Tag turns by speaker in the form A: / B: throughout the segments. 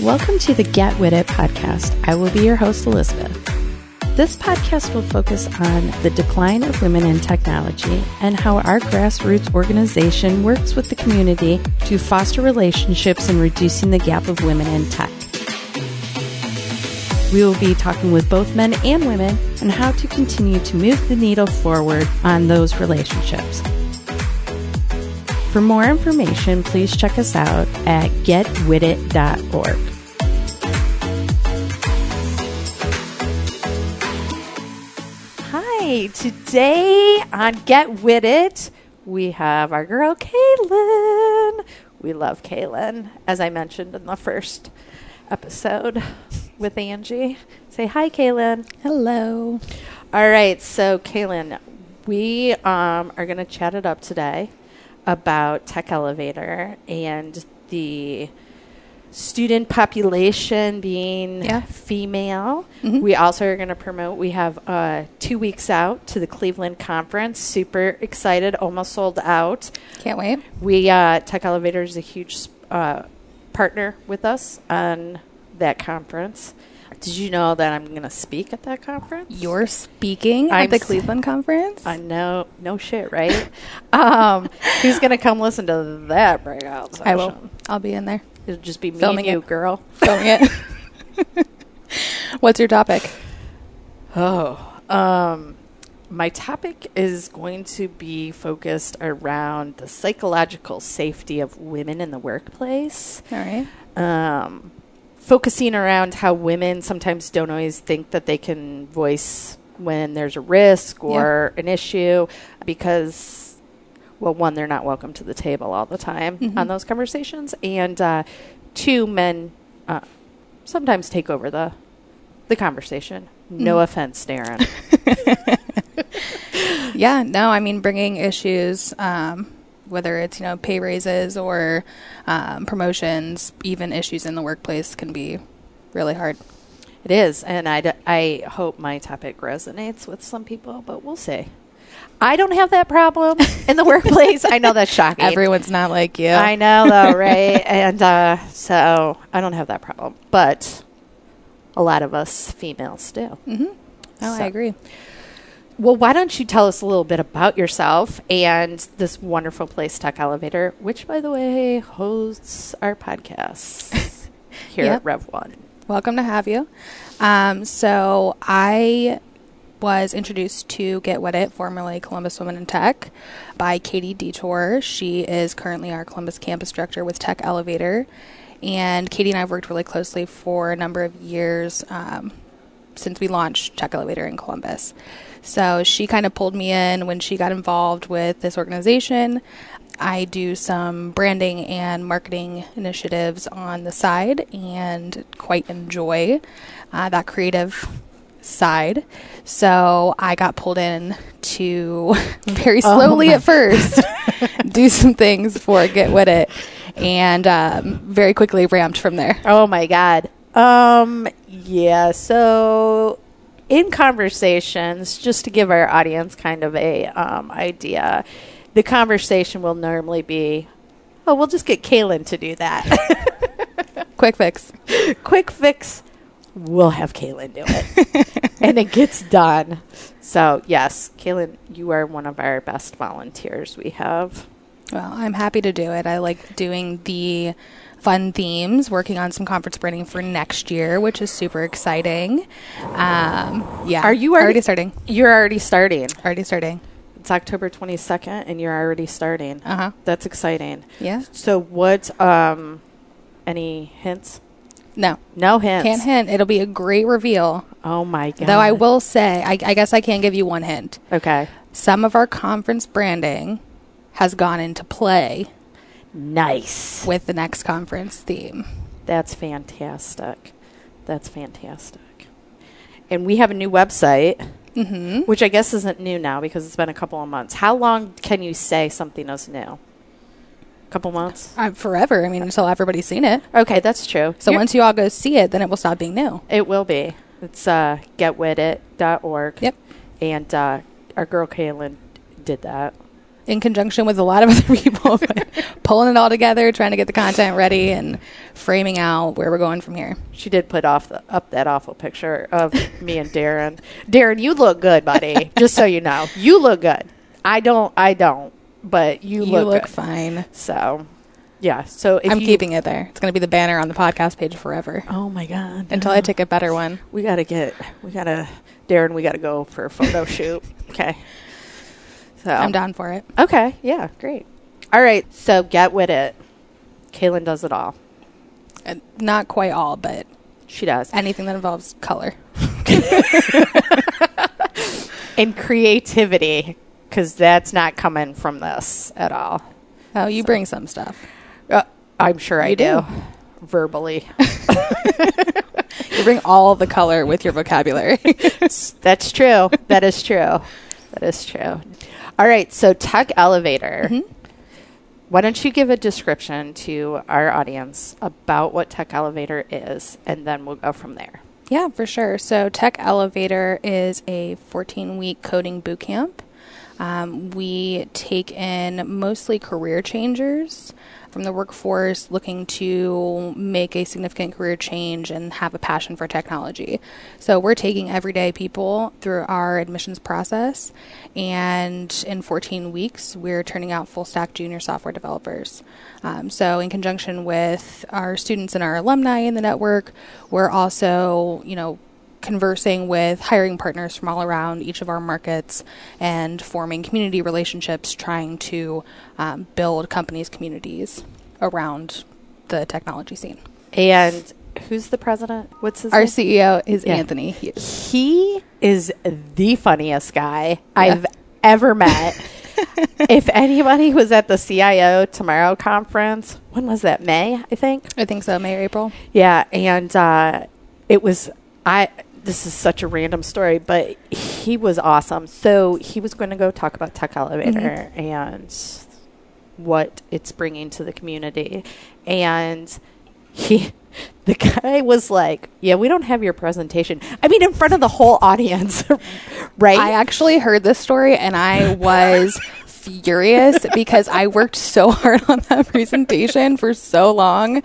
A: Welcome to the Get With It podcast. I will be your host, Elizabeth. This podcast will focus on the decline of women in technology and how our grassroots organization works with the community to foster relationships and reducing the gap of women in tech. We will be talking with both men and women on how to continue to move the needle forward on those relationships. For more information, please check us out at getwithit.org. Hi, today on Get With It, we have our girl Kaylin. We love Kaylin, as I mentioned in the first episode with Angie. Say hi, Kaylin.
B: Hello.
A: All right, so Kaylin, we um, are going to chat it up today about Tech Elevator and the student population being
B: Yeah.
A: female.
B: Mhm.
A: We also are going to promote, we have uh, two weeks out to the Cleveland Conference. Super excited, almost sold out.
B: Can't wait.
A: We uh, Tech Elevator is a huge uh, partner with us on that conference. Did you know that I'm going to speak at that conference?
B: You're speaking
A: I'm
B: at the
A: s-
B: Cleveland conference? Ah,
A: I know, Uh, no shit, right? um, who's gonna come listen to that breakout session?
B: I will. I'll be in there
A: It'll just be me
B: Filming
A: and you,
B: it.
A: girl.
B: filming it. What's your topic?
A: Oh, um, my topic is going to be focused around the psychological safety of women in the workplace.
B: All right.
A: um, focusing around how women sometimes don't always think that they can voice when there's a risk or an issue because well one they're not welcome to the table all the time
B: Mhm.
A: on those conversations and uh, two men uh, sometimes take over the the conversation no
B: Mhm.
A: offense darren
B: Yeah, no, I mean, bringing issues, um, whether it's, you know, pay raises or um, promotions, even issues in the workplace can be really hard.
A: It is, and I, d- I hope my topic resonates with some people, but we'll see. I don't have that problem in the workplace. I know that's shocking.
B: Everyone's not like you.
A: I know, though, right? and uh, so I don't have that problem, but a lot of us females do.
B: Mm-hmm. No,
A: So-
B: I agree.
A: Well, why don't you tell us a little bit about yourself and this wonderful place, Tech Elevator, which, by the way, hosts our podcast here
B: Yep.
A: at Rev One.
B: Welcome to have you. Um, so I was introduced to Get With It, formerly Columbus Women in Tech, by Katie Detour. She is currently our Columbus campus director with Tech Elevator. And Katie and I have worked really closely for a number of years um, since we launched Tech Elevator in Columbus. So she kind of pulled me in when she got involved with this organization. I do some branding and marketing initiatives on the side and quite enjoy uh, that creative side. So I got pulled in to very
A: Oh
B: slowly
A: my
B: at first do some things for Get With It and um, very quickly ramped from there.
A: Oh my god. Um yeah, so in conversations, just to give our audience kind of a um, idea, the conversation will normally be, oh, we'll just get Kaylin to do that.
B: Quick fix.
A: Quick fix, we'll have Kaylin do it. and it gets done. So, yes, Kaylin, you are one of our best volunteers we have.
B: Well, I'm happy to do it. I like doing the fun themes, working on some conference branding for next year, which is super exciting. Um, yeah.
A: Are you already-
B: starting?
A: You're already starting.
B: Already starting.
A: It's October 22nd, and you're already starting.
B: Uh huh.
A: That's exciting.
B: Yeah.
A: So what? Um, any hints?
B: No,
A: No hints.
B: can't hint. It'll be a great reveal.
A: Oh my god.
B: Though I will say, I, I guess I can give you one hint.
A: Okay.
B: Some of our conference branding has gone into play
A: Nice.
B: with the next conference theme.
A: That's fantastic. That's fantastic. And we have a new website,
B: Mm-hmm.
A: which I guess isn't new now because it's been a couple of months. How long can you say something is new? A couple months.
B: Uh, forever. I mean, until everybody's seen it.
A: Okay, that's true.
B: So
A: You're-
B: once you all go see it, then it will stop being new.
A: it will be. It's uh, getwitit.org.
B: Yep.
A: And uh, our girl Kaylin did that.
B: in conjunction with a lot of other people, but pulling it all together, trying to get the content ready, and framing out where we're going from here.
A: She did put off the, up that awful picture of me and Darren. Darren, you look good, buddy. Just so you know, you look good. I don't. I don't. But you,
B: You look
A: good.
B: fine.
A: So, yeah. So if
B: I'm
A: you-
B: keeping it there. It's going to be the banner on the podcast page forever
A: Oh my god!
B: until I take a better one.
A: we gotta get. We gotta. Darren, we gotta go for a photo shoot. Okay. So
B: I'm down for it.
A: Okay. Yeah. Great. All right. So get with it. Kaylin does it all.
B: Uh, Not quite all, but
A: She does.
B: anything that involves color.
A: and creativity because that's not coming from this at all.
B: Oh, you bring some stuff.
A: Uh, I'm sure I
B: You
A: do.
B: do.
A: Verbally,
B: You bring all the color with your vocabulary.
A: that's true. That is true. That is true. All right. So tech elevator. Why don't you give a description to our audience about what tech elevator is, and then we'll go from there.
B: Yeah, for sure. So, Tech Elevator is a 14 week coding boot camp. Um, we take in mostly career changers from the workforce looking to make a significant career change and have a passion for technology. So, we're taking everyday people through our admissions process, and in 14 weeks, we're turning out full stack junior software developers. Um, so, in conjunction with our students and our alumni in the network, we're also, you know, conversing with hiring partners from all around each of our markets and forming community relationships, trying to um, build companies' communities around the technology scene.
A: And who's the president? What's his
B: Our
A: name?
B: CEO is
A: Yeah.
B: Anthony Hughes.
A: he is the funniest guy I've ever met. if anybody was at the CIO Tomorrow conference, when was that? May, I think.
B: I think so, May or April.
A: Yeah, and uh, it was I. This is such a random story, but he was awesome. So he was going to go talk about Tech Elevator and what it's bringing to the community, and he. The guy was like, "Yeah, we don't have your presentation. I mean, in front of the whole audience, right?
B: I actually heard this story and I was furious because I worked so hard on that presentation for so long.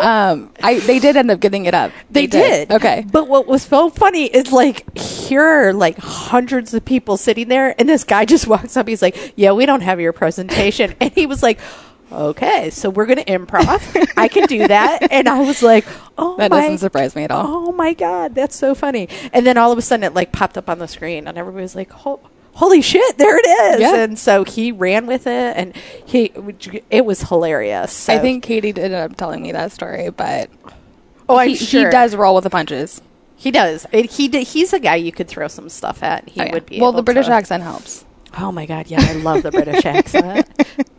B: Um, I they did end up getting it up.
A: They did.
B: Okay.
A: But what was so funny is like here are like hundreds of people sitting there and this guy just walks up, he's like, Yeah, we don't have your presentation and he was like Okay, so we're gonna improv. I can do that. And I was like, Oh
B: That
A: my,
B: doesn't surprise me at all.
A: Oh my god, that's so funny. And then all of a sudden it like popped up on the screen and everybody was like, Ho- Holy shit! There it is,
B: Yeah.
A: and so he ran with it, and he—it was hilarious.
B: I
A: So-
B: think Katie did end up telling me that story, but
A: oh, I'm
B: he, he
A: sure.
B: does roll with the punches.
A: He does. It, he d- he's a guy you could throw some stuff at. He
B: Oh, yeah.
A: would be
B: well,
A: able
B: the British
A: to-
B: accent helps.
A: Oh my god, yeah, I love the British accent.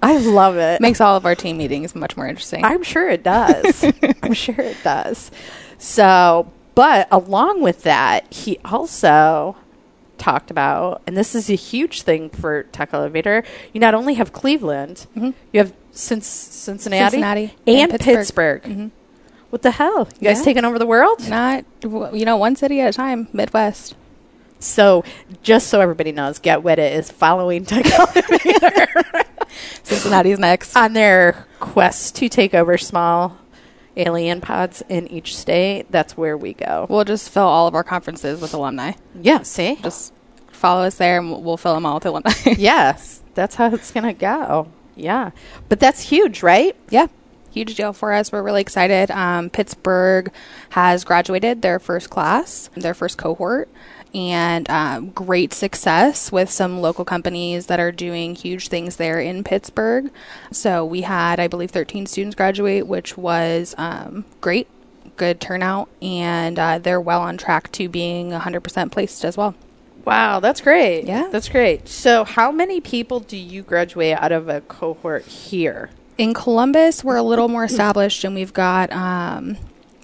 A: I love it.
B: Makes all of our team meetings much more interesting.
A: I'm sure it does. I'm sure it does. So, but along with that, he also talked about, and this is a huge thing for Tech Elevator. You not only have Cleveland, you have Cin- Cincinnati,
B: Mm-hmm. Cincinnati and
A: and, Pittsburgh.
B: Pittsburgh. Mm-hmm.
A: What the hell? You guys
B: Yeah.
A: taking over the world?
B: Not, w- you know, one city at a time. Midwest.
A: So, just so everybody knows, Get With It is following Tech Elevator
B: Cincinnati's next.
A: on their quest to take over small alien pods in each state. That's where we go.
B: we'll just fill all of our conferences with alumni.
A: Yeah, see?
B: Just follow us there, and we'll- we'll fill them all with alumni.
A: yes, that's how it's going to go. Yeah. But that's huge, right?
B: Yeah. Huge deal for us. We're really excited. Um, Pittsburgh has graduated their first class, their first cohort, and um, great success with some local companies that are doing huge things there in Pittsburgh. So we had, I believe, 13 students graduate, which was um, great, good turnout, and uh, they're well on track to being 100% placed as well.
A: Wow, that's great.
B: Yeah.
A: That's great. So, how many people do you graduate out of a cohort here?
B: in Columbus, we're a little more established, and we've got um,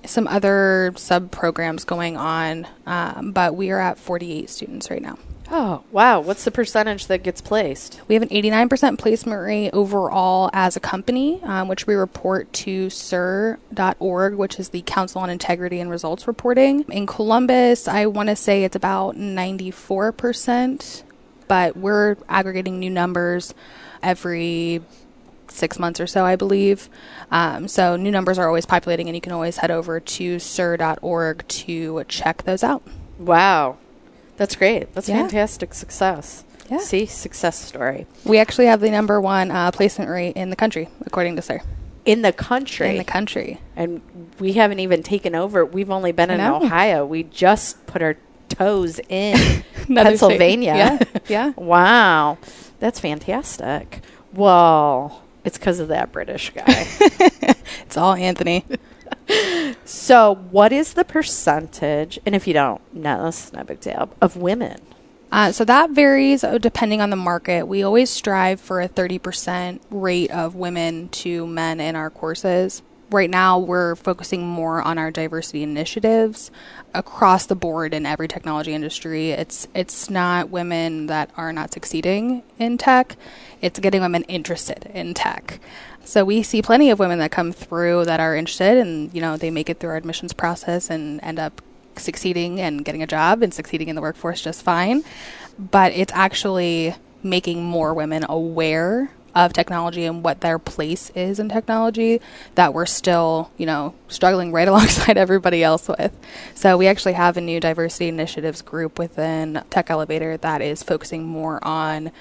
B: some other sub programs going on. Um, but we are at 48 students right now.
A: Oh, wow. What's the percentage that gets placed?
B: We have an 89% placement rate overall as a company, um, which we report to CIR.org, which is the Council on Integrity and Results Reporting. In Columbus, I want to say it's about 94%. but we're aggregating new numbers every six months or so, I believe. Um, so new numbers are always populating, and you can always head over to sir.org to check those out.
A: Wow. That's great. That's
B: Yeah.
A: fantastic success.
B: Yeah.
A: See, success story.
B: We actually have the number one uh, placement rate in the country, according to Sir.
A: In the country.
B: In the country.
A: and we haven't even taken over. We've only been in
B: I know.
A: Ohio. We just put our toes in
B: Another state.
A: Pennsylvania.
B: Yeah. yeah.
A: Wow. That's fantastic. Well, it's because of that British guy.
B: It's all Anthony.
A: so, what is the percentage, and if you don't know, that's not a big deal, of women?
B: Uh, so that varies uh, depending on the market. We always strive for a 30% rate of women to men in our courses. Right now, we're focusing more on our diversity initiatives across the board in every technology industry. It's it's not women that are not succeeding in tech; it's getting women interested in tech. So we see plenty of women that come through that are interested, and you know they make it through our admissions process and end up succeeding and getting a job and succeeding in the workforce just fine. But it's actually making more women aware of technology and what their place is in technology that we're still, you know, struggling right alongside everybody else with. So we actually have a new diversity initiatives group within Tech Elevator that is focusing more on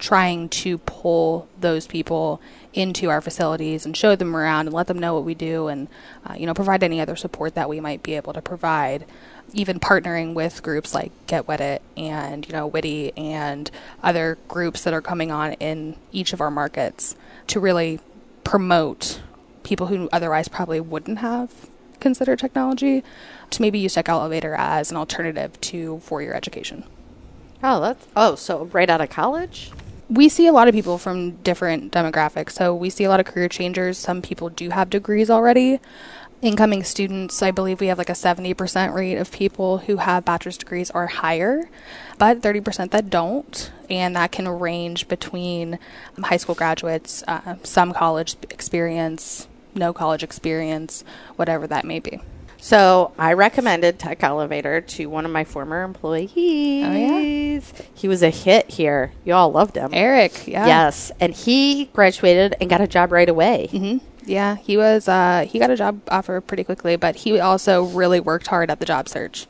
B: trying to pull those people into our facilities and show them around and let them know what we do and uh, you know provide any other support that we might be able to provide even partnering with groups like get wet it and you know witty and other groups that are coming on in each of our markets to really promote people who otherwise probably wouldn't have considered technology to maybe use tech elevator as an alternative to four-year education
A: Oh, that's oh, so right out of college.
B: we see a lot of people from different demographics. So we see a lot of career changers. Some people do have degrees already. Incoming students, I believe we have like a 70% rate of people who have bachelor's degrees or higher, but 30% that don't. And that can range between um, high school graduates, uh, some college experience, no college experience, whatever that may be.
A: So I recommended Tech Elevator to one of my former employees. Oh, He was a hit here. Y'all loved him.
B: Eric, yeah.
A: Yes, and he graduated and got a job right away.
B: Yeah, he was. Uh, he got a job offer pretty quickly, but he also really worked hard at the job search.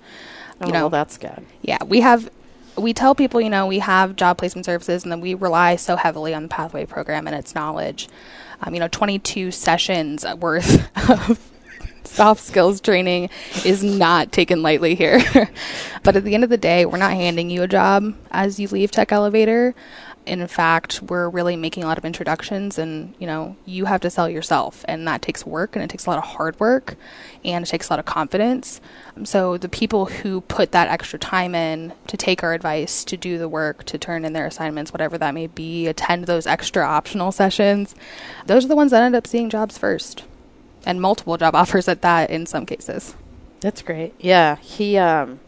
A: Oh,
B: You know,
A: well, that's good.
B: yeah, we have. We tell people, you know, we have job placement services, and then we rely so heavily on the pathway program and its knowledge. Um, you know, 22 sessions worth of soft skills training is not taken lightly here. but at the end of the day, we're not handing you a job as you leave Tech Elevator. In fact, we're really making a lot of introductions and, you know, you have to sell yourself and that takes work and it takes a lot of hard work and it takes a lot of confidence. So the people who put that extra time in to take our advice, to do the work, to turn in their assignments, whatever that may be, attend those extra optional sessions, those are the ones that end up seeing jobs first and multiple job offers at that in some cases.
A: That's great. Yeah, he um,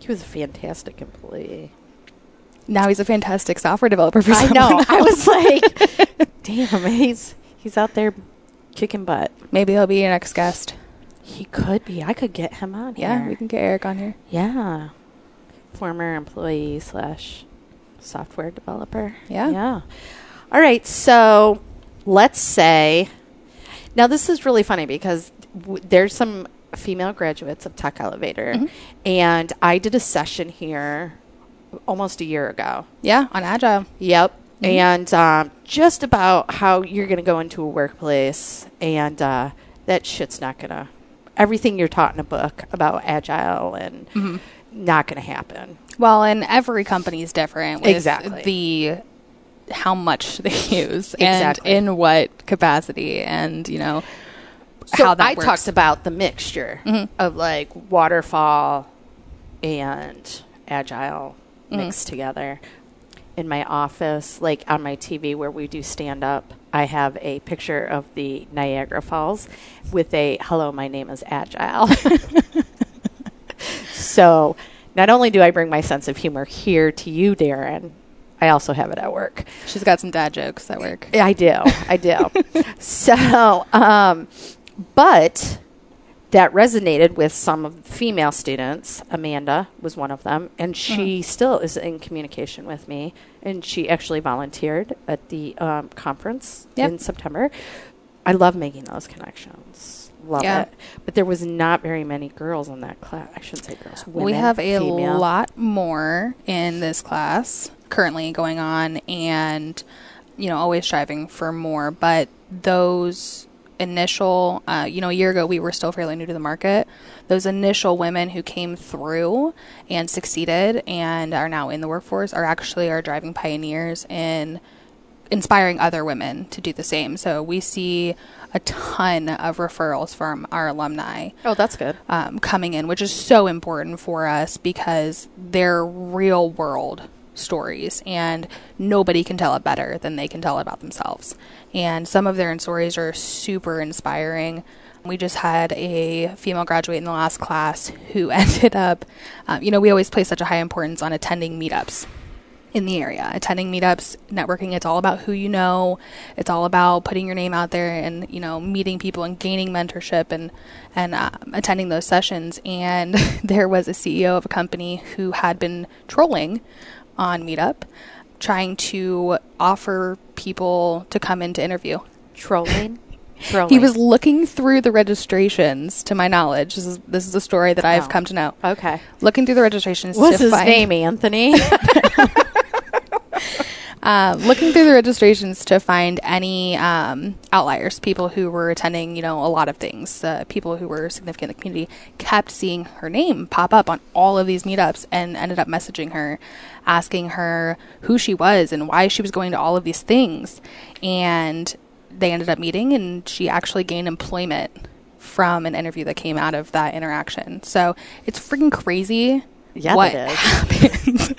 A: he was a fantastic employee.
B: Now he's a fantastic software developer for
A: I
B: someone
A: know. I
B: else.
A: was like, damn, he's he's out there kicking butt.
B: Maybe he'll be your next guest.
A: He could be. I could get him on
B: Yeah,
A: here.
B: we can get Eric on here.
A: Yeah, former employee slash software developer.
B: Yeah.
A: yeah. All right, so let's say now this is really funny because w- there's some female graduates of Tech Elevator, and I did a session here almost a year ago.
B: Yeah, on Agile.
A: Yep. And um, just about how you're going to go into a workplace and uh, that shit's not going to, everything you're taught in a book about agile and not going to happen.
B: Well, and every company is different with
A: Exactly.
B: the how much they use
A: Exactly.
B: and in what capacity and, you know,
A: So
B: how that
A: I
B: works. Mm-hmm.
A: talked about the mixture of like waterfall and agile
B: Mm-hmm.
A: mixed together. In my office, like on my TV where we do stand up, I have a picture of the Niagara Falls with a hello, my name is Agile. so not only do I bring my sense of humor here to you, Darren, I also have it at work.
B: She's got some dad jokes at work.
A: Yeah, I do. I do. so, um, but that resonated with some of the female students. Amanda was one of them, and
B: Hmm.
A: she still is in communication with me. And she actually volunteered at the um, conference
B: Yep.
A: in September. I love making those connections. Love
B: Yeah.
A: it. But there was not very many girls in that class. I shouldn't say girls.
B: we
A: women,
B: have a
A: female.
B: lot more in this class currently going on and you know always striving for more but those initial uh, you know a year ago we were still fairly new to the market those initial women who came through and succeeded and are now in the workforce are actually our driving pioneers in inspiring other women to do the same so we see a ton of referrals from our alumni
A: Oh, that's good.
B: um, coming in, which is so important for us because they're real world stories and nobody can tell it better than they can tell it about themselves. And some of their stories are super inspiring. We just had a female graduate in the last class who ended up, um, you know, we always place such a high importance on attending meetups in the area. Attending meetups, networking, it's all about who you know. It's all about putting your name out there and, you know, meeting people and gaining mentorship and, and um, attending those sessions. And there was a CEO of a company who had been trolling on Meetup, trying to offer people to come in to interview.
A: Trolling. Trolling.
B: He was looking through the registrations, to my knowledge. This is, this is a story that I've
A: Oh.
B: come to know.
A: okay.
B: Looking through the registrations
A: What's
B: to
A: his
B: find
A: name, Anthony?
B: uh, looking through the registrations to find any um, outliers, people who were attending, you know, a lot of things, uh, people who were significant in the community, kept seeing her name pop up on all of these meetups and ended up messaging her, asking her who she was and why she was going to all of these things. And they ended up meeting, and she actually gained employment from an interview that came out of that interaction. So it's freaking crazy
A: Yeah,
B: what
A: it is.
B: happens.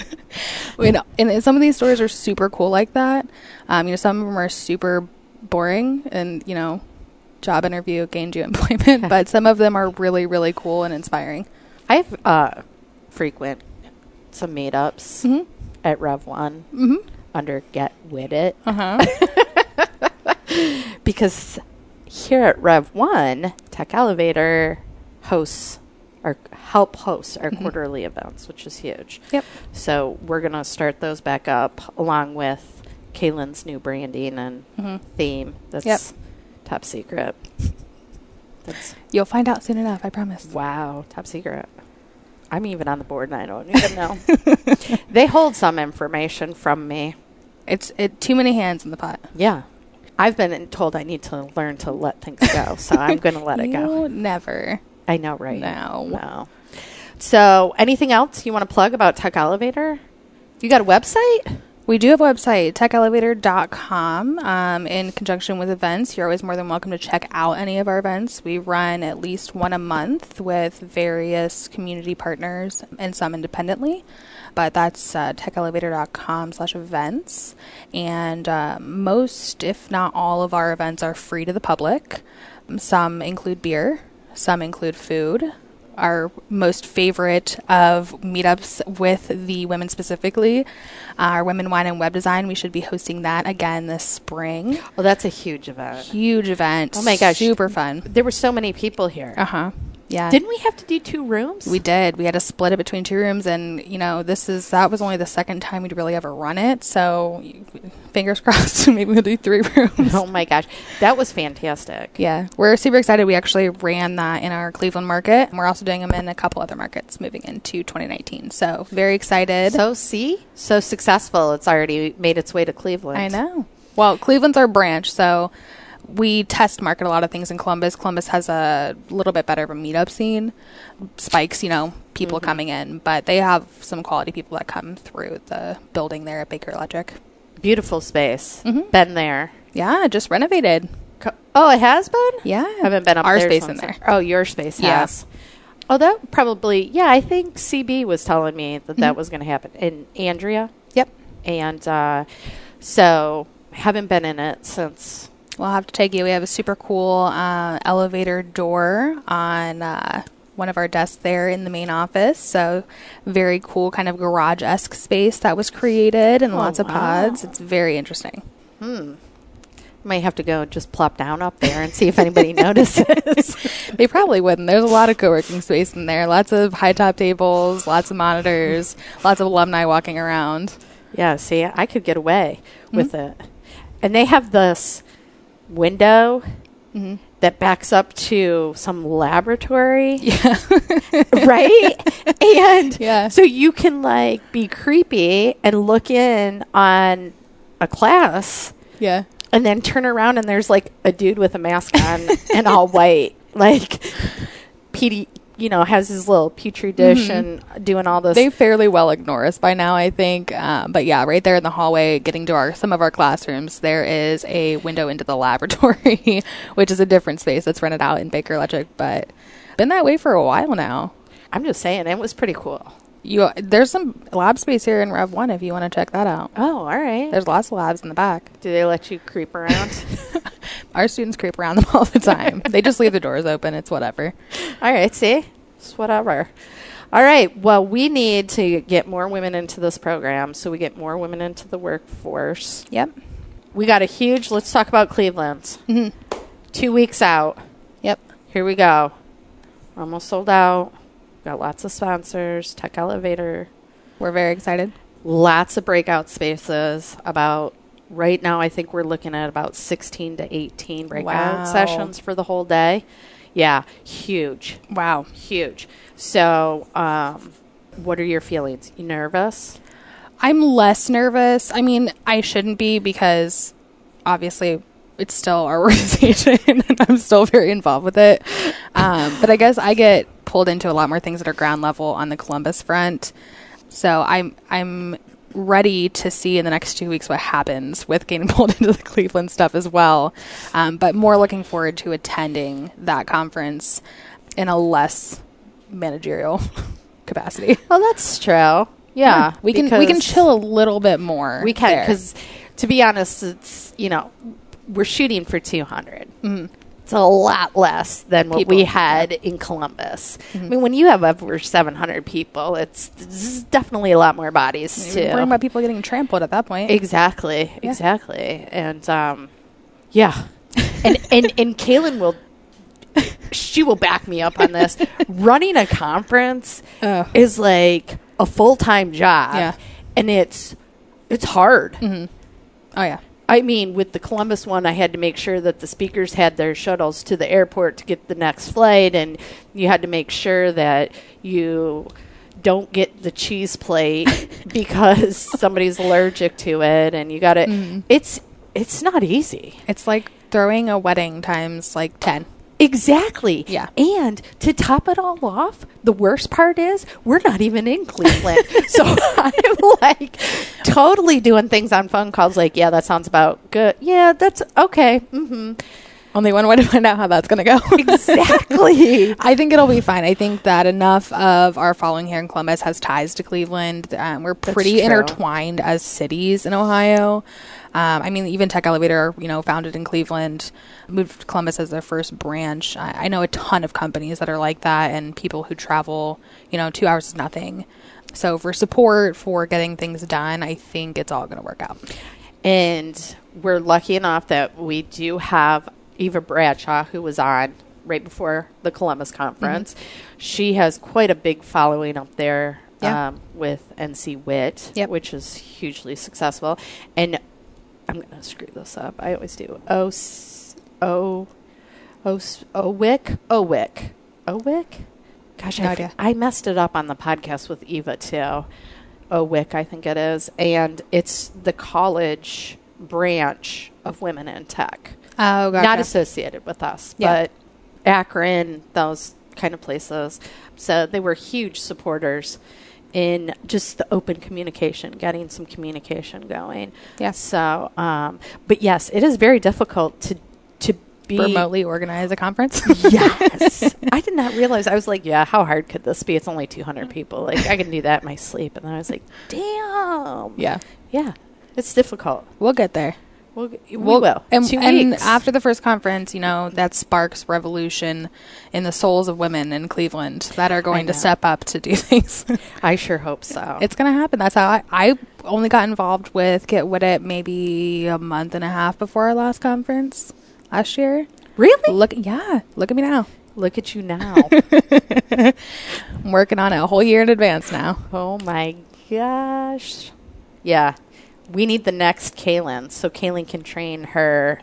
B: you know, and some of these stories are super cool like that. Um, you know, some of them are super boring and, you know, job interview gained you employment, but some of them are really, really cool and inspiring.
A: I've uh, frequent some meetups
B: Mm-hmm.
A: at Rev One under Get With It
B: Uh-huh.
A: because here at Rev One, Tech Elevator hosts or help host our quarterly events, which is huge.
B: Yep.
A: So we're gonna start those back up along with Kaylin's new branding and theme. That's top secret. That's
B: You'll find out soon enough, I promise.
A: Wow, top secret. I'm even on the board and I don't even know. they hold some information from me.
B: It's it too many hands in the pot.
A: Yeah. I've been told I need to learn to let things go, so I'm going to let it go.
B: You never.
A: I know, right?
B: No.
A: No. So, anything else you want to plug about Tech Elevator? You got a website?
B: We do have a website, techelevator.com. Um, in conjunction with events, you're always more than welcome to check out any of our events. We run at least one a month with various community partners and some independently. But that's uh, techelevator.com slash events. And uh, most, if not all, of our events are free to the public. Some include beer, some include food our most favorite of meetups with the women specifically, uh, our Women Wine and Web Design. We should be hosting that again this spring.
A: Well, that's a huge event.
B: Huge event.
A: Oh my gosh.
B: Super fun.
A: There were so many people here.
B: Uh huh. Yeah.
A: Didn't we have to do two rooms?
B: we did. We had to split it between two rooms, and you know, this is that was only the second time we'd really ever run it. So, fingers crossed, maybe we'll do three rooms.
A: Oh my gosh. That was fantastic.
B: Yeah, we're super excited. We actually ran that in our Cleveland market. and We're also doing them in a couple other markets moving into 2019. So very excited.
A: So, see? So successful. It's already made its way to Cleveland.
B: I know. Well, Cleveland's our branch, so we test market a lot of things in Columbus. Columbus has a little bit better of a meetup scene, spikes, you know, people
A: Mm-hmm.
B: coming in, but they have some quality people that come through the building there at Baker Electric.
A: Beautiful space. Been there.
B: Yeah, just renovated.
A: Mm-hmm. Co- Oh, it has been.
B: Yeah.
A: haven't been up
B: Our
A: there
B: space
A: since
B: in there.
A: I- Oh, your space
B: Yeah.
A: has. Oh, that probably. Yeah, I think CB was telling me that
B: Mm-hmm.
A: that was going to happen in Andrea,
B: Yep.
A: and uh, so haven't been in it since.
B: We'll have to take you. We have a super cool uh, elevator door on uh, one of our desks there in the main office. So, very cool kind of garage esque space that was created and lots of
A: wow.
B: pods. It's very interesting.
A: Might have to go and just plop down up there and see if anybody notices.
B: They probably wouldn't. There's a lot of co-working space in there. Lots of high top tables, lots of monitors, lots of alumni walking around.
A: yeah, see, I could get away
B: Mm-hmm.
A: with it. And they have this window that backs up to some laboratory.
B: Yeah.
A: right? and
B: Yeah.
A: so you can like be creepy and look in on a class
B: Yeah.
A: and then turn around and there's like a dude with a mask on and all white, like PD, you know, has his little petri dish and doing all this.
B: They fairly well ignore us by now, I think. Um, but yeah, right there in the hallway, getting to our some of our classrooms, there is a window into the laboratory, which is a different space that's rented out in Baker Electric, but been that way for a while now.
A: I'm just saying, it was pretty cool.
B: You there's some lab space here in Rev One if you want to check that out.
A: Oh, all right.
B: There's lots of labs in the back.
A: Do they let you creep around?
B: Our students creep around them all the time. they just leave the doors open. It's whatever.
A: All right, see? It's whatever. All right, well, we need to get more women into this program so we get more women into the workforce.
B: Yep.
A: We got a huge, let's talk about Cleveland's.
B: Mhm.
A: Two weeks out.
B: Yep.
A: Here we go. Almost sold out. Got lots of sponsors, tech elevator,
B: We're very excited.
A: lots of breakout spaces. About right now, I think we're looking at about 16 to 18 breakout
B: Wow.
A: sessions for the whole day. Yeah, huge
B: Wow.
A: huge. So, um, what are your feelings? You nervous?
B: I'm less nervous. I mean, I shouldn't be because obviously it's still our organization and I'm still very involved with it. Um, but I guess I get pulled into a lot more things that are ground level on the Columbus front. So I'm I'm ready to see in the next two weeks what happens with getting pulled into the Cleveland stuff as well. Um, but more looking forward to attending that conference in a less managerial capacity.
A: Well, that's true. Yeah,
B: we can we can
A: because
B: chill a little bit more.
A: We can
B: there.
A: because, to be honest, it's you know we're shooting for two mm, It's a lot less than what we
B: People, Mm-hmm.
A: had in Columbus. I mean, when you have over seven hundred people, it's, it's definitely a lot more bodies too.
B: You're worrying about people getting trampled at that point.
A: Exactly.
B: Yeah.
A: Exactly. And um, yeah, and and and Kaylin will, she will back me up on this. Running a conference
B: Ugh.
A: is like a full time job.
B: Yeah.
A: and it's it's hard.
B: oh yeah,
A: I mean, with the Columbus one, I had to make sure that the speakers had their shuttles to the airport to get the next flight, and you had to make sure that you don't get the cheese plate because somebody's allergic to it, and you got to It's it's not easy.
B: it's like throwing a wedding times like ten.
A: Exactly.
B: Yeah.
A: And to top it all off, the worst part is we're not even in Cleveland. so I'm like totally doing things on phone calls like, yeah, that sounds about good. Yeah, that's okay. hmm
B: Only one way to find out how that's gonna go.
A: Exactly.
B: I think it'll be fine. I think that enough of our following here in Columbus has ties to Cleveland. Um, we're pretty
A: true.
B: intertwined as cities in Ohio. Um, I mean, even Tech Elevator, you know, founded in Cleveland, moved to Columbus as their first branch. I, I know a ton of companies that are like that, and people who travel, you know, two hours is nothing. So for support for getting things done, I think it's all going to work out.
A: and we're lucky enough that we do have Eva Bradshaw, who was on right before the
B: Mm-hmm.
A: Columbus conference. She has quite a big following up there
B: Yeah.
A: um, with NC Wit,
B: Yep.
A: which is hugely successful. And I'm going to screw this up. I always do. O s o o s o wick o wick o wick. Gosh,
B: No
A: I, f-
B: idea.
A: I messed it up on the podcast with Eva too. Owick, I think it is, and it's the college branch of women in tech,
B: Oh,
A: not associated with us,
B: Yeah.
A: but Akron, those kind of places. So they were huge supporters in just the open communication, getting some communication going.
B: Yeah.
A: So, um, but yes, it is very difficult to to be
B: remotely organize a conference.
A: yes. I did not realize. I was like, yeah, how hard could this be? It's only 200
B: Mm-hmm.
A: people. Like, I can do that in my sleep. And then I was like, damn.
B: yeah,
A: Yeah. It's difficult.
B: we'll get there.
A: We'll, we
B: Well,
A: will.
B: And,
A: Two
B: and
A: weeks.
B: after the first conference, you know, that sparks revolution in the souls of women in Cleveland that are going to
A: know. Oh.
B: step up to do things.
A: I sure hope so.
B: it's going to happen. That's how I, I only got involved with Get With It maybe a month and a half before our last conference last year.
A: really
B: Look, yeah, look at me now.
A: look at you now.
B: I'm working on it a whole year in advance now.
A: oh my gosh. Yeah, we need the next Kaylin so Kaylin can train her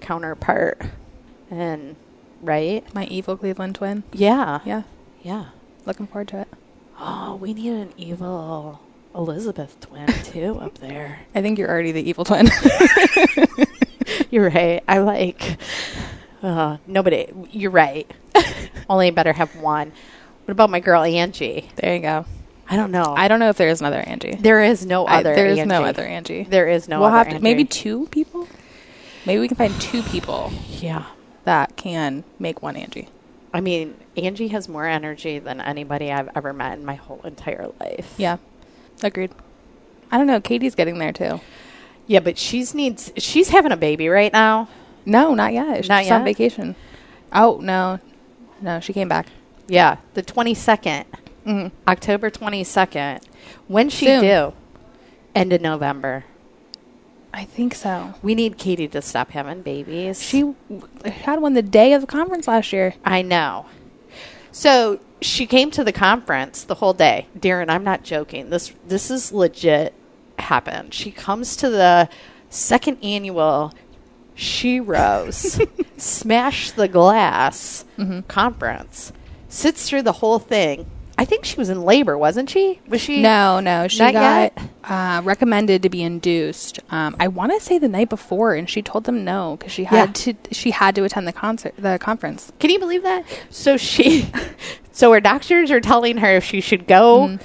A: counterpart. And right?
B: My evil Cleveland twin.
A: Yeah.
B: Yeah,
A: Yeah.
B: looking forward to it.
A: Oh, we need an evil Elizabeth twin too up there.
B: I think you're already the evil twin.
A: You're right. I like uh, nobody. You're right. Only better have one. What about my girl Angie?
B: there you go.
A: I don't know.
B: I don't know if there is another Angie.
A: Oh. there is no
B: I-
A: other.
B: there is no
A: Angie.
B: other Angie.
A: There is no
B: we'll
A: other.
B: have to, maybe
A: Angie.
B: two people. Maybe we can find two people
A: yeah.
B: that can make one Angie.
A: I mean, Angie has more energy than anybody I've ever met in my whole entire life.
B: Yeah, agreed. I don't know. Katie's getting there too.
A: Yeah, but she's needs. She's having a baby right now.
B: No, not yet. She's
A: Not
B: just on
A: yet?
B: vacation. Oh no, no, she came back.
A: Yeah, the twenty Mm-hmm. October twenty second. When she
B: Soon.
A: due? End of November.
B: I think so.
A: We need Katie to stop having babies.
B: She w- had one the day of the conference last year.
A: I know. So she came to the conference the whole day. Darren, I'm not joking. This this is legit happened. She comes to the second annual She Rose Smash the Glass conference. Sits through the whole thing. I think she was in labor, wasn't she? Was she
B: No, no, she
A: Not
B: got
A: yet?
B: uh, recommended to be induced. Um, I want to say the night before, and she told them no because she had to. She had to attend the concert, the conference.
A: Can you believe that? So she, so her doctors are telling her if she should go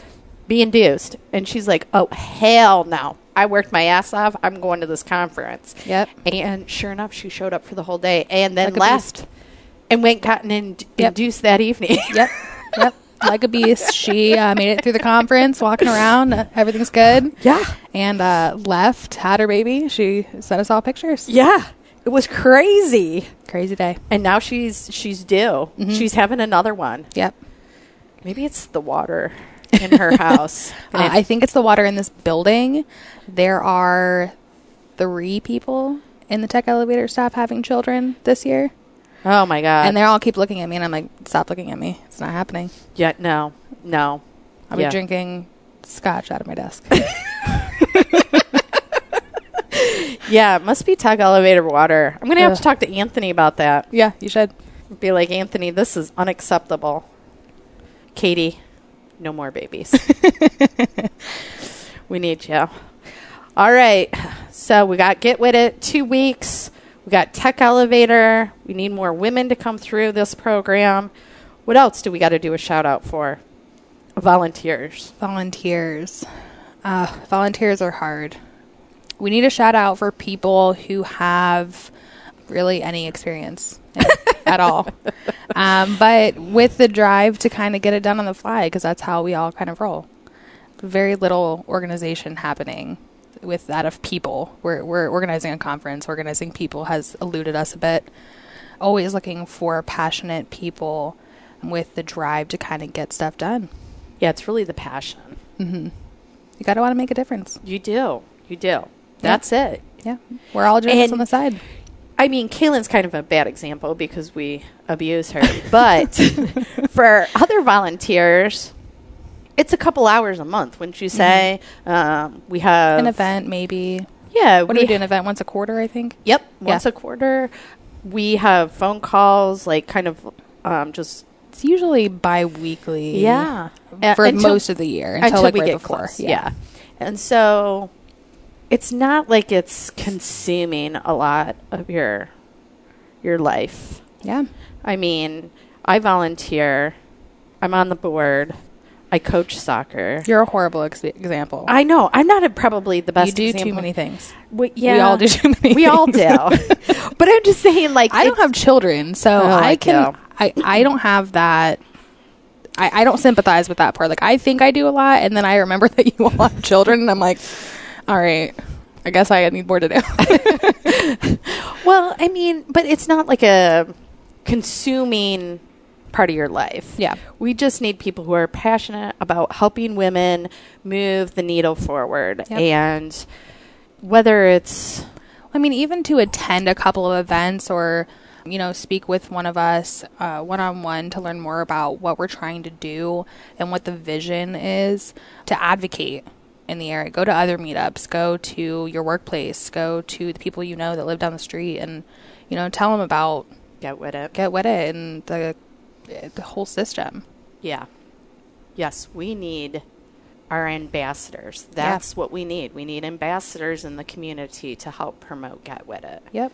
A: be induced, and she's like, "Oh hell no! I worked my ass off. I'm going to this conference."
B: Yep.
A: And sure enough, she showed up for the whole day and then
B: Like a
A: left, and went gotten in,
B: Yep.
A: induced that evening.
B: Yep. Yep. Like a beast. She uh, made it through the conference, walking around. uh, Everything's good.
A: Yeah.
B: And uh, left, had her baby. She sent us all pictures.
A: yeah, it was crazy.
B: Crazy day.
A: And now she's she's due. She's having another one.
B: Yep.
A: Maybe it's the water in her house.
B: Uh, I think it's the water in this building. There are three people in the tech elevator staff having children this year.
A: oh my god!
B: And they all keep looking at me, and I'm like, stop looking at me. It's not happening.
A: yeah, no, no.
B: I'll
A: Yeah.
B: be drinking scotch out of my desk.
A: Yeah, it must be tug elevator water. I'm going to have to
B: Ugh.
A: talk to Anthony about that.
B: yeah, you should.
A: Be like, Anthony, this is unacceptable. Katie, no more babies. we need you. All right. So we got Get With It, two weeks. We got Tech Elevator. We need more women to come through this program. What else do we got to do a shout out for? Volunteers.
B: volunteers. Uh, volunteers are hard. We need a shout out for people who have really any experience at all. Um, but with the drive to kind of get it done on the fly, because that's how we all kind of roll. Very little organization happening with that of people. We're, we're organizing a conference, organizing people has eluded us a bit. Always looking for passionate people with the drive to kind of get stuff done.
A: Yeah, it's really the passion.
B: You got to want to make a difference.
A: You do. You do. That's it.
B: Yeah. We're all doing this
A: And-
B: on the side.
A: I mean, Kaylin's kind of a bad example because we abuse her. But for other volunteers, it's a couple hours a month. Wouldn't you say? Um, we have
B: Mm-hmm. An event, maybe.
A: Yeah,
B: What do we do? An event once a quarter, I think.
A: Yep,
B: Yeah.
A: once a quarter. We have phone calls, like kind of um, just
B: It's usually bi weekly.
A: yeah
B: For
A: Uh, until-
B: most of the year until, like
A: we
B: right
A: get
B: before.
A: close. Yeah. and so it's not like it's consuming a lot of your your life.
B: Yeah.
A: I mean, I volunteer. I'm on the board. I coach soccer.
B: You're a horrible ex- example.
A: I know. I'm not a, probably the best.
B: you do
A: example.
B: too many things.
A: We, yeah,
B: all do too many
A: We all do.
B: things.
A: but I'm just saying, like,
B: I don't
A: it's-
B: have children, so
A: Oh,
B: I
A: I
B: can.
A: do.
B: I, I don't have that. I, I don't sympathize with that part. Like, I think I do a lot, and then I remember that you all have children, and I'm like, all right, I guess I need more to do.
A: Well, I mean, but it's not like a consuming part of your life.
B: Yeah.
A: We just need people who are passionate about helping women move the needle forward.
B: Yep.
A: And whether it's
B: I mean, even to attend a couple of events or, you know, speak with one of us one on one to learn more about what we're trying to do and what the vision is to advocate in the area. Go to other meetups, go to your workplace, go to the people you know that live down the street and, you know, tell them about
A: get with it.
B: Get With It and the, the whole system.
A: Yeah. Yes, we need our ambassadors. That's what we need. We need ambassadors in the community to help promote Get With It.
B: Yep.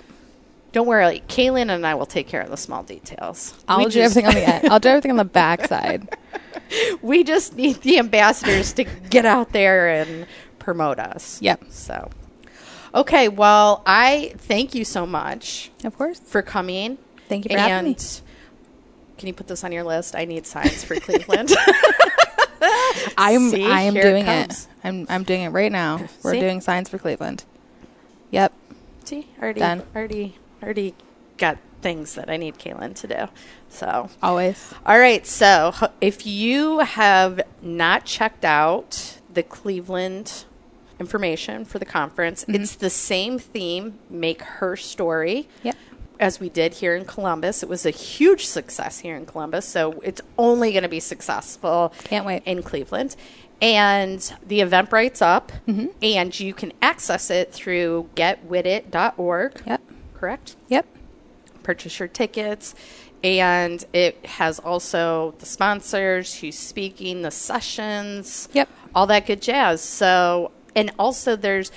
A: Don't worry, Kaylin and I will take care of the small details.
B: I'll
A: we
B: do
A: just,
B: everything on the end. I'll do everything on the backside.
A: we just need the ambassadors to get out there and promote us.
B: Yep.
A: So, okay. Well, I thank you so much
B: Of course.
A: for coming.
B: Thank you for
A: and
B: having me.
A: Can you put this on your list? I need signs for Cleveland.
B: I'm
A: See,
B: I am
A: here it
B: doing it,
A: comes.
B: I'm I'm doing it right now. We're
A: See?
B: doing signs for Cleveland. Yep.
A: See, already,
B: Done.
A: already, already got things that I need Kaylin to do. So,
B: Always.
A: All right, so h- if you have not checked out the Cleveland information for the conference,
B: Mm-hmm.
A: it's the same theme, Make Her Story,
B: Yep.
A: as we did here in Columbus. It was a huge success here in Columbus, so it's only going to be successful
B: Can't wait.
A: in Cleveland. And the Eventbrite's up,
B: Mm-hmm.
A: and you can access it through getwithit.org.
B: Yep.
A: Correct?
B: Yep.
A: purchase your tickets. And it has also the sponsors, who's speaking, the sessions,
B: Yep.
A: all that good jazz. So, and also there's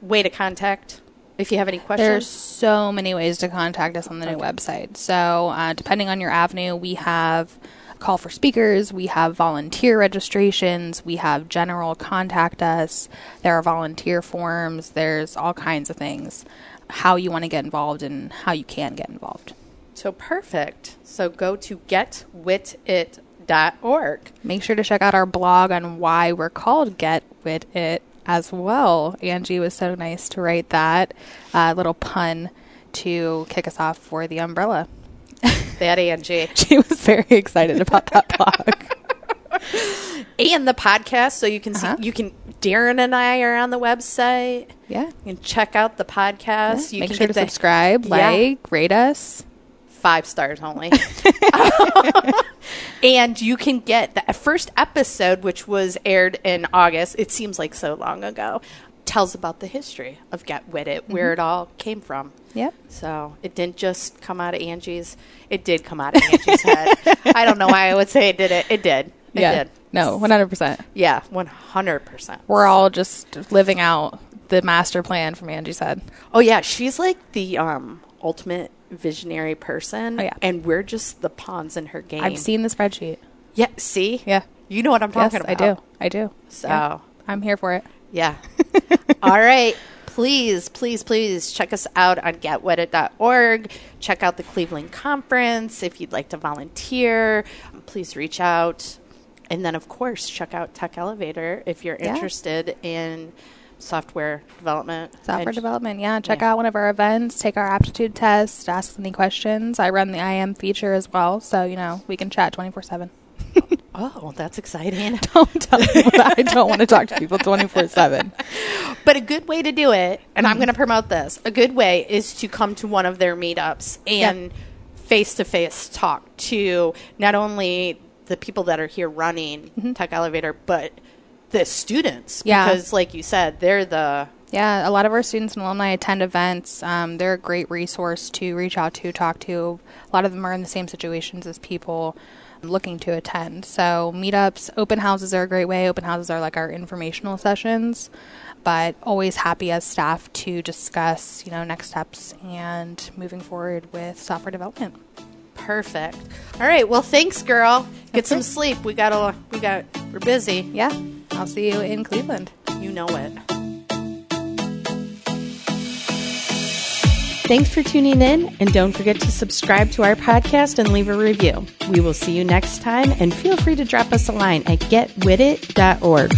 A: way to contact if you have any questions.
B: There's so many ways to contact us on the new website. So, uh, depending on your avenue, we have call for speakers, we have volunteer registrations, we have general contact us, there are volunteer forms, there's all kinds of things. How you want to get involved and how you can get involved.
A: so perfect. So go to getwitit.org.
B: Make sure to check out our blog on why we're called Get Wit It as well. Angie was so nice to write that uh, little pun to kick us off for the umbrella.
A: That Angie.
B: She was very excited about that blog.
A: and the podcast. So you can
B: Uh-huh.
A: see, you can, Darren and I are on the website.
B: Yeah.
A: You can check out the podcast. You
B: Make
A: can
B: sure
A: get
B: to
A: the-
B: subscribe,
A: Yeah.
B: like, rate us.
A: five stars only. Um, and you can get the first episode, which was aired in August. It seems like so long ago. Tells about the history of Get With It, where
B: Mm-hmm.
A: it all came from.
B: Yep.
A: So it didn't just come out of Angie's. It did come out of Angie's head. I don't know why I would say it did it. It did. It
B: yeah.
A: did.
B: No, 100%.
A: Yeah, one hundred percent.
B: We're all just living out the master plan from Angie's head.
A: Oh yeah, she's like the um ultimate visionary person.
B: Oh, yeah.
A: And we're just the pawns in her game.
B: I've seen the spreadsheet.
A: Yeah, see?
B: Yeah.
A: You know what I'm
B: Yes,
A: talking about.
B: I do. I do.
A: So,
B: Yeah. I'm here for it.
A: yeah. All right. Please, please, please check us out on getwetit.org. Check out the Cleveland Conference if you'd like to volunteer. Please reach out. And then, of course, check out Tech Elevator if you're
B: Yeah.
A: interested in software development.
B: Software
A: Ed-
B: development, yeah. Check
A: yeah.
B: out one of our events, take our aptitude test, ask any questions. I run the IM feature as well, so you know we can chat twenty four seven.
A: Oh, that's exciting.
B: Don't tell me that I don't want to talk to people twenty four seven.
A: But a good way to do it, and I'm going to promote this, a good way is to come to one of their meetups and face to face talk to not only the people that are here running Tech Elevator, but the students.
B: Yeah.
A: Because, like you said, they're the.
B: Yeah, a lot of our students and alumni attend events. Um, they're a great resource to reach out to, talk to. A lot of them are in the same situations as people looking to attend. So, meetups, open houses are a great way. Open houses are like our informational sessions, but always happy as staff to discuss, you know, next steps and moving forward with software development.
A: Perfect. All right. Well, thanks, girl. Get some sleep. We got a. We got. We're busy.
B: Yeah, I'll see you in Cleveland.
A: You know it.
C: Thanks for tuning in, and don't forget to subscribe to our podcast and leave a review. We will see you next time, and feel free to drop us a line at getwitit.org.